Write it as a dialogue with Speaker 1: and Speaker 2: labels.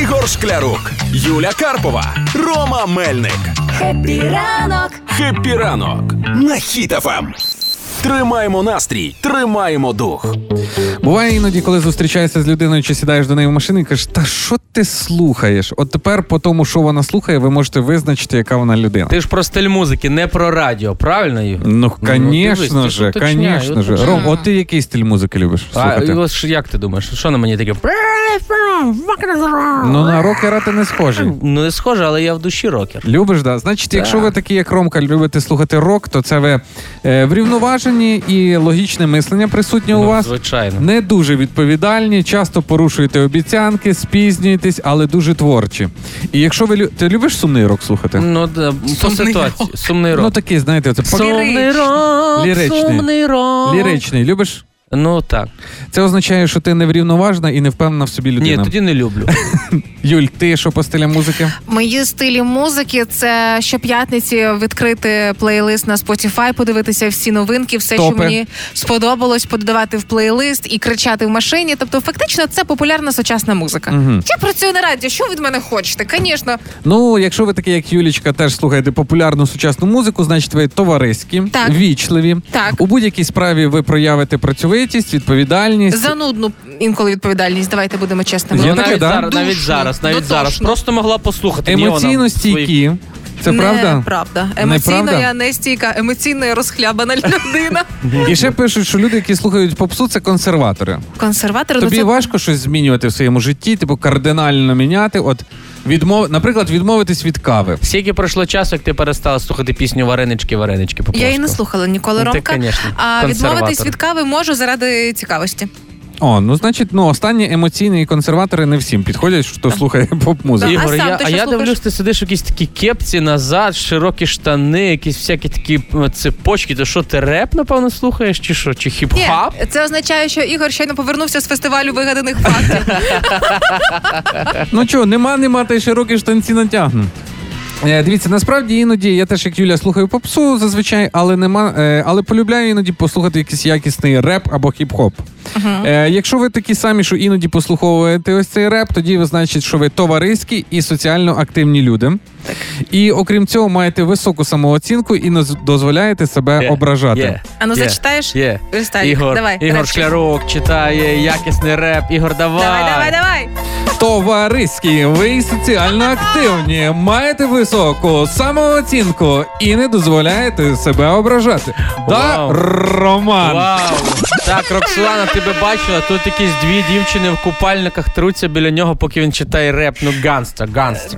Speaker 1: Ігор Шклярук, Юля Карпова, Рома Мельник.
Speaker 2: Хеппі ранок!
Speaker 1: Хеппі ранок на хітафам. Тримаємо настрій, тримаємо дух.
Speaker 3: Буває іноді, коли зустрічаєшся з людиною чи сідаєш до неї в машину і кажеш, та що ти слухаєш? От тепер по тому, що вона слухає, ви можете визначити, яка вона людина.
Speaker 4: Ти ж про стиль музики, не про радіо, правильно? Ю?
Speaker 3: Ну,
Speaker 4: дивись,
Speaker 3: звісно
Speaker 4: ти
Speaker 3: ж,
Speaker 4: уточняй,
Speaker 3: звісно ж.
Speaker 4: уточняй.
Speaker 3: Ром, от ти який стиль музики любиш
Speaker 4: А
Speaker 3: слухати?
Speaker 4: і ось як ти думаєш, що на мені таке?
Speaker 3: Ну, на рокера ти не схожий.
Speaker 4: Ну не схоже, але я в душі рокер.
Speaker 3: Любиш, да. Значить, якщо ви такі, як Ромка, любите слухати рок, то це ви е, врівноважені і логічне мислення присутнє у
Speaker 4: Ну,
Speaker 3: вас.
Speaker 4: звичайно.
Speaker 3: Не дуже відповідальні, часто порушуєте обіцянки, спізнюєтесь, але дуже творчі. І якщо ви лю- ти любиш сумний рок слухати?
Speaker 4: Ну, да, по
Speaker 5: Сумний
Speaker 4: ситуації. Сумний
Speaker 3: Ну
Speaker 4: рок.
Speaker 3: такий, знаєте, це пок-
Speaker 4: Сумний рок,
Speaker 3: Ліричний.
Speaker 4: сумний рок.
Speaker 3: ліричний. Любиш?
Speaker 4: Ну так.
Speaker 3: Це означає, що ти неврівноважна і не впевнена в собі людина.
Speaker 4: Ні, тоді не люблю.
Speaker 3: Юль, ти що по стилям музики?
Speaker 5: Мої стилі музики це щоп'ятниці відкрити плейлист на Spotify, подивитися всі новинки, все,
Speaker 3: Топи.
Speaker 5: що мені сподобалось, подавати в плейлист і кричати в машині. Тобто, фактично, це популярна сучасна музика.
Speaker 3: Мгм.
Speaker 5: Я працюю на радіо. Що ви від мене хочете? Звісно,
Speaker 3: Ну, якщо ви такі, як Юлічка, теж слухаєте популярну сучасну музику, значить ви товариські,
Speaker 5: Так.
Speaker 3: вічливі.
Speaker 5: Так.
Speaker 3: У будь-якій справі ви проявите працьовитість, відповідальність.
Speaker 5: занудну інколи відповідальність. Давайте будемо чесними.
Speaker 3: Я
Speaker 4: Ну,
Speaker 3: таке,
Speaker 4: навіть
Speaker 3: да?
Speaker 4: зараз, навіть
Speaker 5: Душно, Ну,
Speaker 4: зараз, навіть
Speaker 5: дотошно.
Speaker 4: зараз. Просто могла послухати. Мені вона
Speaker 3: Емоційно
Speaker 4: в своїх-
Speaker 3: стійкі. Це правда?
Speaker 5: Правда. Емоційно
Speaker 3: Неправда?
Speaker 5: я не стійка, емоційно я розхлябана людина.
Speaker 3: І ще пишуть, що люди, які слухають попсу, це консерватори.
Speaker 5: Консерватор
Speaker 3: Тобі
Speaker 5: Ну, це
Speaker 3: важко щось змінювати в своєму житті, типу кардинально міняти. От відмов, наприклад, відмовитись від кави.
Speaker 4: Скільки пройшло часу, як ти перестала слухати пісню Варенички, варенички по
Speaker 5: Я її не
Speaker 4: польську?
Speaker 5: слухала ніколи
Speaker 4: Ну, ти,
Speaker 5: Ромка.
Speaker 4: конечно,
Speaker 5: а відмовитись
Speaker 4: консерватор.
Speaker 5: від кави можу заради цікавості.
Speaker 3: О, ну значить, ну останні емоційні консерватори не всім підходять, що слухає поп-музику.
Speaker 5: Да.
Speaker 4: Ігор,
Speaker 5: А сам
Speaker 4: я,
Speaker 5: ти
Speaker 4: а
Speaker 5: що
Speaker 4: я
Speaker 5: слухаєш?
Speaker 4: дивлюсь, ти сидиш в якісь такі кепці назад, широкі штани, якісь всякі такі м, цепочки. То що, ти реп, напевно, слухаєш, чи що? Чи
Speaker 5: Ні,
Speaker 4: хіп-хап?
Speaker 5: це означає, що Ігор щойно повернувся з фестивалю вигаданих фактів.
Speaker 3: Ну чого, нема, нема, та й широкі штанці натягну. Е, Дивіться, насправді іноді я теж як Юля слухаю попсу зазвичай, але нема, е, але полюбляю іноді послухати якийсь якісний реп або хіп-хоп. Е, якщо ви такі самі, що іноді послуховуєте ось цей реп, тоді ви значить, що ви товариські і соціально активні люди. І окрім цього, маєте високу самооцінку і не з- дозволяєте себе
Speaker 4: Є,
Speaker 3: ображати.
Speaker 4: є,
Speaker 5: А ну,
Speaker 4: є,
Speaker 5: зачитаєш?
Speaker 4: Є.
Speaker 5: Листай,
Speaker 4: Ігор,
Speaker 5: давай,
Speaker 4: Ігор
Speaker 5: репчик.
Speaker 4: Шклярук читає якісний реп. Ігор, давай.
Speaker 5: Давай, давай, давай.
Speaker 3: Товариські, ви соціально активні, маєте високу самооцінку і не дозволяєте себе ображати. Да,
Speaker 4: Вау.
Speaker 3: Роман.
Speaker 4: Вау. Так, Роксолана, ти би бачила, тут якісь дві дівчини в купальниках труться біля нього, поки він читає реп. Ну, ганста, ганста.